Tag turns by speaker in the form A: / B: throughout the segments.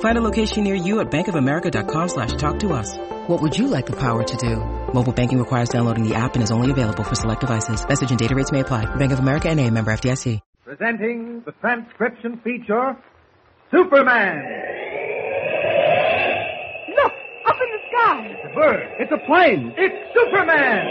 A: Find a location near you at bankofamerica.com slash talk to us. What would you like the power to do? Mobile banking requires downloading the app and is only available for select devices. Message and data rates may apply. Bank of America and a member FDIC.
B: Presenting the transcription feature, Superman.
C: Look, up in the sky.
B: It's a bird. It's a plane. It's Superman.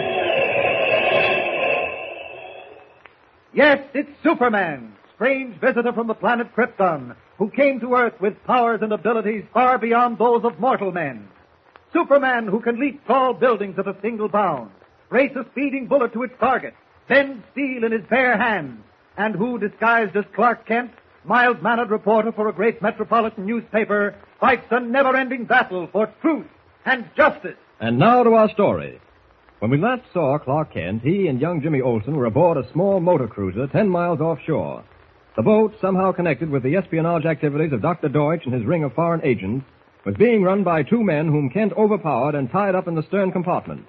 B: Yes, it's Superman, strange visitor from the planet Krypton, who came to Earth with powers and abilities far beyond those of mortal men. Superman who can leap tall buildings at a single bound, race a speeding bullet to its target, bend steel in his bare hands, and who, disguised as Clark Kent, mild-mannered reporter for a great metropolitan newspaper, fights a never-ending battle for truth and justice.
D: And now to our story. When we last saw Clark Kent, he and young Jimmy Olsen were aboard a small motor cruiser 10 miles offshore. The boat, somehow connected with the espionage activities of Dr. Deutsch and his ring of foreign agents, was being run by two men whom Kent overpowered and tied up in the stern compartment.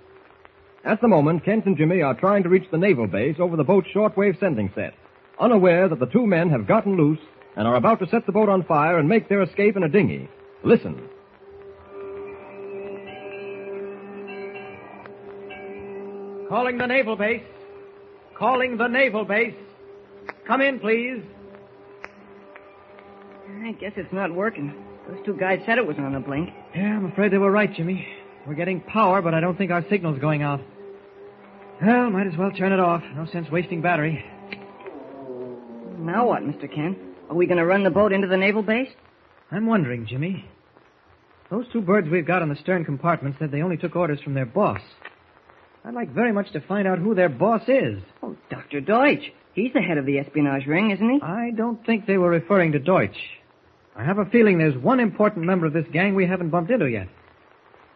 D: At the moment, Kent and Jimmy are trying to reach the naval base over the boat's shortwave sending set, unaware that the two men have gotten loose and are about to set the boat on fire and make their escape in a dinghy. Listen.
B: Calling the naval base. Calling the naval base. Come in, please.
E: I guess it's not working. Those two guys said it was on the blink.
B: Yeah, I'm afraid they were right, Jimmy. We're getting power, but I don't think our signal's going out. Well, might as well turn it off. No sense wasting battery.
E: Now what, Mr. Kent? Are we going to run the boat into the naval base?
B: I'm wondering, Jimmy. Those two birds we've got in the stern compartment said they only took orders from their boss. I'd like very much to find out who their boss is.
E: Oh, Dr. Deutsch. He's the head of the espionage ring, isn't he?
B: I don't think they were referring to Deutsch. I have a feeling there's one important member of this gang we haven't bumped into yet.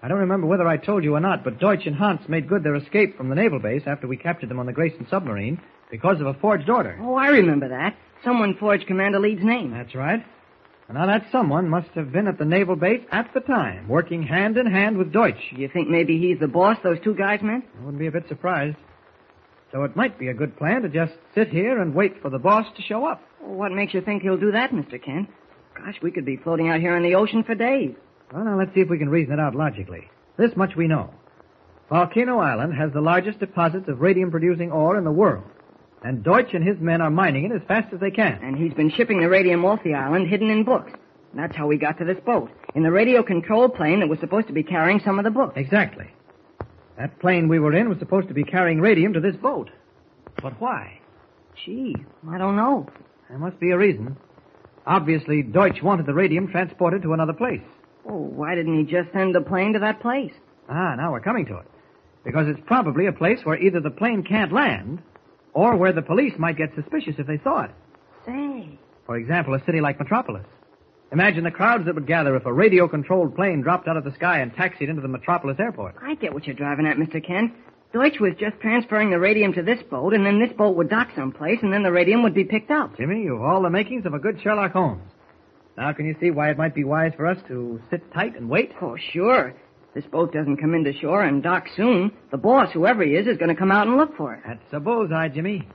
B: I don't remember whether I told you or not, but Deutsch and Hans made good their escape from the naval base after we captured them on the Grayson submarine because of a forged order.
E: oh, I remember that. Someone forged Commander Lee's name.
B: That's right. Now that someone must have been at the naval base at the time, working hand in hand with Deutsch.
E: Do you think maybe he's the boss those two guys meant?
B: I wouldn't be a bit surprised. So it might be a good plan to just sit here and wait for the boss to show up.
E: Well, what makes you think he'll do that, Mr. Kent? Gosh, we could be floating out here in the ocean for days.
B: Well, now let's see if we can reason it out logically. This much we know. Volcano Island has the largest deposits of radium producing ore in the world. And Deutsch and his men are mining it as fast as they can.
E: And he's been shipping the radium off the island, hidden in books. And that's how we got to this boat. In the radio control plane that was supposed to be carrying some of the books.
B: Exactly. That plane we were in was supposed to be carrying radium to this boat. But why?
E: Gee, I don't know.
B: There must be a reason. Obviously, Deutsch wanted the radium transported to another place.
E: Oh, why didn't he just send the plane to that place?
B: Ah, now we're coming to it. Because it's probably a place where either the plane can't land, or where the police might get suspicious if they saw it.
E: Say,
B: For example, a city like Metropolis. Imagine the crowds that would gather if a radio controlled plane dropped out of the sky and taxied into the Metropolis airport.
E: I get what you're driving at, Mr. Kent. Deutsch was just transferring the radium to this boat, and then this boat would dock someplace, and then the radium would be picked up.
B: Jimmy, you've all the makings of a good Sherlock Holmes. Now, can you see why it might be wise for us to sit tight and wait?
E: Oh, sure. This boat doesn't come into shore and dock soon. The boss, whoever he is, is going to come out and look for it.
B: That's a bullseye, Jimmy.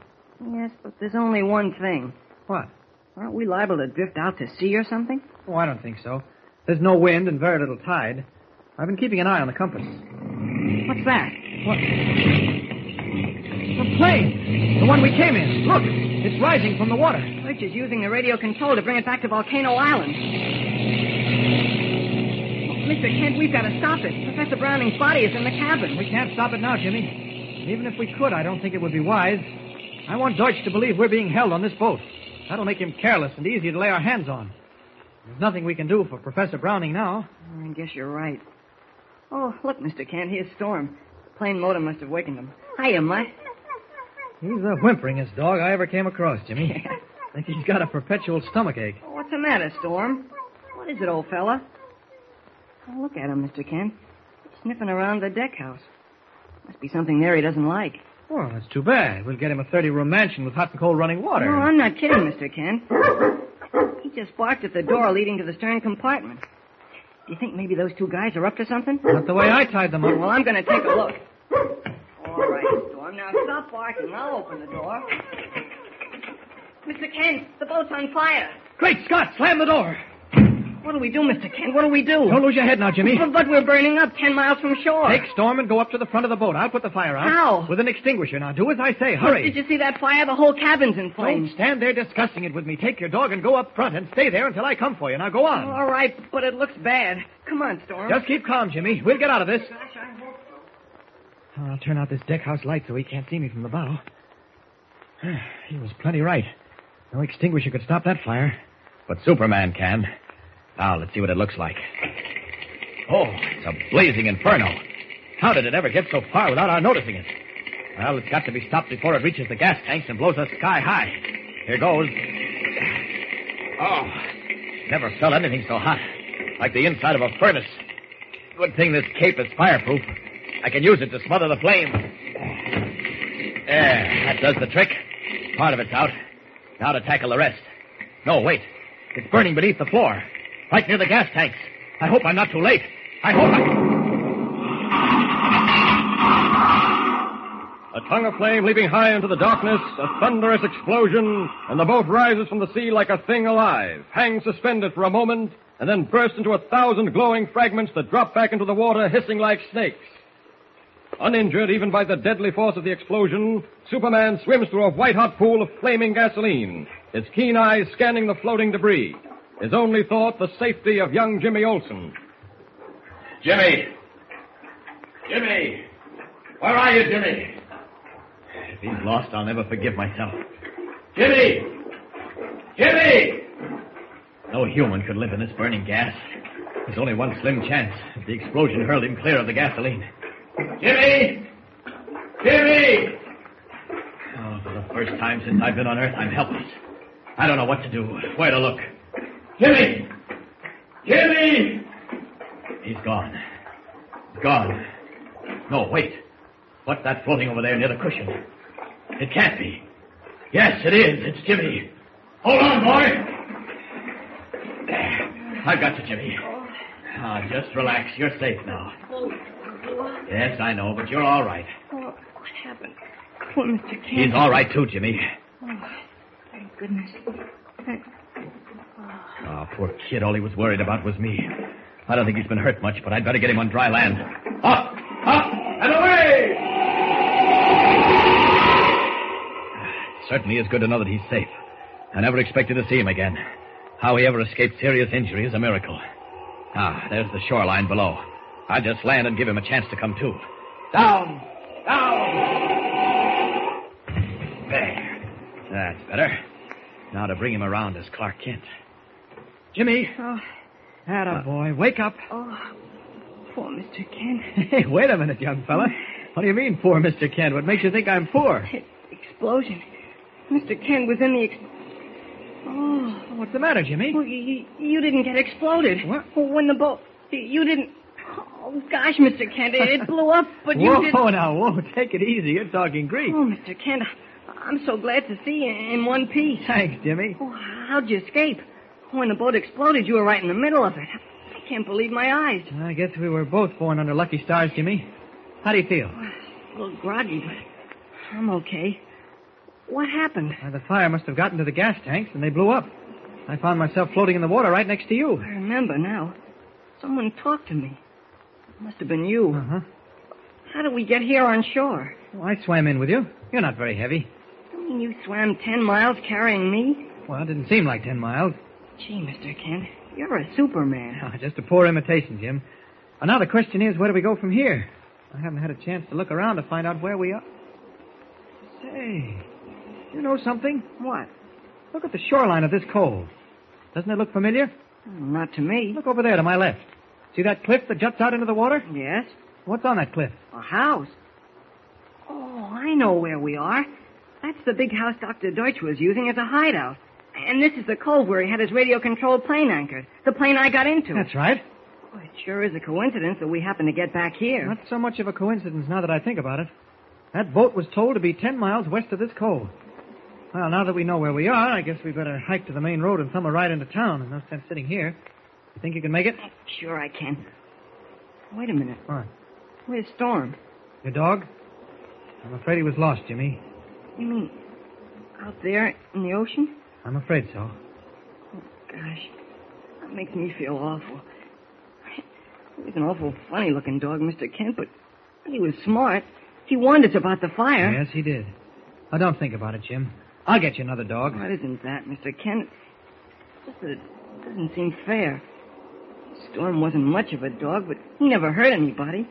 E: Yes, but there's only one thing.
B: What?
E: Aren't we liable to drift out to sea or something?
B: Oh, I don't think so. There's no wind and very little tide. I've been keeping an eye on the compass.
E: What's that?
B: What? The plane! The one we came in! Look! It's rising from the water.
E: Deutsch is using the radio control to bring it back to Volcano Island. Oh, Mr. Kent, we've got to stop it. Professor Browning's body is in the cabin.
B: We can't stop it now, Jimmy. And Even if we could, I don't think it would be wise. I want Deutsch to believe we're being held on this boat. That'll make him careless and easier to lay our hands on. There's nothing we can do for Professor Browning now.
E: I guess you're right. Oh, look, Mr. Kent, here's Storm. The plane motor must have wakened him. Hiya, Mutt.
B: He's the whimperingest dog I ever came across, Jimmy. I think he's got a perpetual stomachache.
E: What's the matter, Storm? What is it, old fella?
F: Oh, look at him, Mr. Kent. He's sniffing around the deck house. Must be something there he doesn't like.
D: Well, that's too bad. We'll get him a 30 room mansion with hot and cold running water.
F: No, Oh, I'm not kidding, Mr. Kent. He just barked at the door leading to the stern compartment. Do you think maybe those two guys are up to something?
D: Not the way I tied them up.
F: Well, I'm going to take a look. All right, Storm. Now stop barking. I'll open the door. Mr. Kent, the boat's on fire.
D: Great Scott, slam the door.
F: What do we do, Mr. Kent? What do we do?
D: Don't lose your head now, Jimmy.
F: But, but we're burning up ten miles from shore.
D: Take Storm and go up to the front of the boat. I'll put the fire out.
F: How?
D: With an extinguisher. Now do as I say. Hurry.
F: Did you see that fire? The whole cabin's in
D: Don't
F: flames.
D: stand there discussing it with me. Take your dog and go up front and stay there until I come for you. Now go on.
F: All right, but it looks bad. Come on, Storm.
D: Just keep calm, Jimmy. We'll get out of this. I'll turn out this deckhouse light so he can't see me from the bow. he was plenty right. No extinguisher could stop that fire.
B: But Superman can. Now, let's see what it looks like. Oh, it's a blazing inferno. How did it ever get so far without our noticing it? Well, it's got to be stopped before it reaches the gas tanks and blows us sky high. Here goes. Oh, never felt anything so hot. Like the inside of a furnace. Good thing this cape is fireproof. I can use it to smother the flame. There, that does the trick. Part of it's out. Now to tackle the rest. No, wait. It's burning beneath the floor, right near the gas tanks. I hope I'm not too late. I hope I.
D: A tongue of flame leaping high into the darkness, a thunderous explosion, and the boat rises from the sea like a thing alive, hangs suspended for a moment, and then bursts into a thousand glowing fragments that drop back into the water, hissing like snakes. Uninjured even by the deadly force of the explosion, Superman swims through a white-hot pool of flaming gasoline, his keen eyes scanning the floating debris. His only thought, the safety of young Jimmy Olsen.
B: Jimmy! Jimmy! Where are you, Jimmy? If he's lost, I'll never forgive myself. Jimmy! Jimmy! No human could live in this burning gas. There's only one slim chance. The explosion hurled him clear of the gasoline. Jimmy! Jimmy! Oh, for the first time since I've been on Earth, I'm helpless. I don't know what to do, where to look. Jimmy! Jimmy! He's gone. Gone. No, wait. What's that floating over there near the cushion? It can't be. Yes, it is. It's Jimmy. Hold on, boy. There. I've got you, Jimmy. Ah, just relax. You're safe now. Yes, I know, but you're all right.
E: Oh, what happened? Poor Mr. Kent.
B: He's all right too, Jimmy.
E: Thank goodness.
B: Ah, poor kid. All he was worried about was me. I don't think he's been hurt much, but I'd better get him on dry land. Up, up, and away! It certainly is good to know that he's safe. I never expected to see him again. How he ever escaped serious injury is a miracle. Ah, there's the shoreline below. I'll just land and give him a chance to come to. Down! Down! There. That's better. Now to bring him around as Clark Kent.
D: Jimmy,
F: Oh,
D: attaboy, wake up.
E: Oh, poor Mr. Kent.
D: Hey, wait a minute, young fella. What do you mean, poor Mr. Kent? What makes you think I'm poor?
E: That explosion. Mr. Kent was in the. Ex- oh,
D: What's the matter, Jimmy?
E: well, you, you didn't get exploded.
D: What?
E: Well, when the boat. You didn't. Oh, gosh, Mr. Kent, it, it blew up, but you
D: whoa, oh,
E: didn't.
D: now, whoa, take it easy. You're talking Greek.
E: Oh, Mr. Kent, I- I'm so glad to see you in one piece.
D: Thanks, Jimmy.
E: Oh, how'd you escape? When the boat exploded, you were right in the middle of it. I can't believe my eyes.
D: I guess we were both born under lucky stars, Jimmy. How do you feel?
E: A little groggy, but I'm okay. What happened?
D: Why, Uh, the fire must have gotten to the gas tanks and they blew up. I found myself floating in the water right next to you.
E: I remember now. Someone talked to me. It must have been you.
D: Uh-huh.
E: How did we get here on shore?
D: Well, I swam in with you. You're not very heavy.
E: I mean, you swam ten miles carrying me?
D: Well, it didn't seem like ten miles.
E: Gee, Mr. Kent, you're a superman.
D: Ah, Just a poor imitation, Jim. And now the question is, where do we go from here? I haven't had a chance to look around to find out where we are. Say, you know something?
E: What?
D: Look at the shoreline of this cove. Doesn't it look familiar?
E: Not to me.
D: Look over there to my left. See that cliff that juts out into the water?
E: Yes?
D: What's on that cliff?
E: A house. Oh, I know where we are. That's the big house Dr. Deutsch was using as a hideout. And this is the cove where he had his radio controlled plane anchored. The plane I got into.
D: That's right.
E: Well, it sure is a coincidence that we happen to get back here.
B: Not so much of a coincidence now that I think about it. That boat was told to be 10 miles west of this cove. Well, now that we know where we are, I guess we better hike to the main road and thumb a ride into town. No sense sitting here. You think you can make it?
E: Sure I can. Wait a minute.
B: All right.
E: Where's Storm?
B: Your dog? I'm afraid he was lost, Jimmy.
E: You mean out there in the ocean?
B: I'm afraid so.
E: Gosh, that makes me feel awful. He was an awful funny looking dog, Mr. Kent, but he was smart. He warned us about the fire.
B: Yes, he did. Now, don't think about it, Jim. I'll get you another dog.
E: What isn't that, Mr. Kent? It's Just that it doesn't seem fair. Storm wasn't much of a dog, but he never hurt anybody.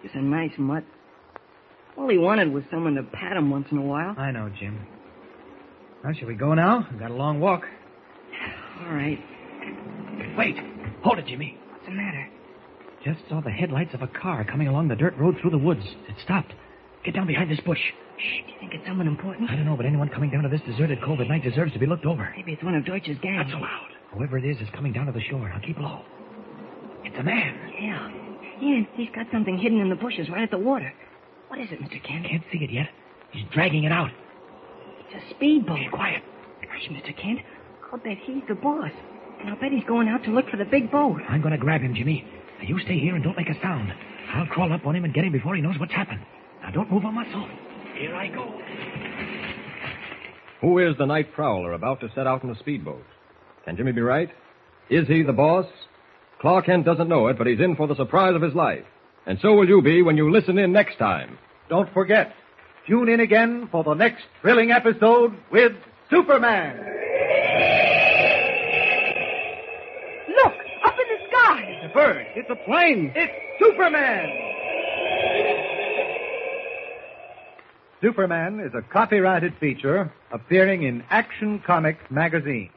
E: He was a nice mutt. All he wanted was someone to pat him once in a while.
B: I know, Jim. Now, shall we go now? We've got a long walk.
E: All right.
B: Wait. Hold it, Jimmy.
E: What's the matter?
B: Just saw the headlights of a car coming along the dirt road through the woods. It stopped. Get down behind this bush.
E: Shh, do you think it's someone important?
B: I don't know, but anyone coming down to this deserted cove at night deserves to be looked over.
E: Maybe it's one of Deutsch's gang.
B: Not so loud. Whoever it is is coming down to the shore. Now keep low. It's a man.
E: Yeah. Yeah, and he's got something hidden in the bushes right at the water. What is it, Mr. Kent?
B: Can't see it yet. He's dragging it out.
E: It's a speedboat.
B: Be quiet.
E: Gosh, Mr. Kent, I'll bet he's the boss. And I'll bet he's going out to look for the big boat.
B: I'm going to grab him, Jimmy. Now you stay here and don't make a sound. I'll crawl up on him and get him before he knows what's happened. Now don't move a muscle. Here I go.
D: Who is the night prowler about to set out in a speedboat? Can Jimmy be right? Is he the boss? Clark Kent doesn't know it, but he's in for the surprise of his life. And so will you be when you listen in next time.
G: Don't forget, tune in again for the next thrilling episode with Superman.
H: Look, up in the sky.
G: It's a bird. It's a plane. It's Superman. Superman is a copyrighted feature appearing in Action Comics magazine.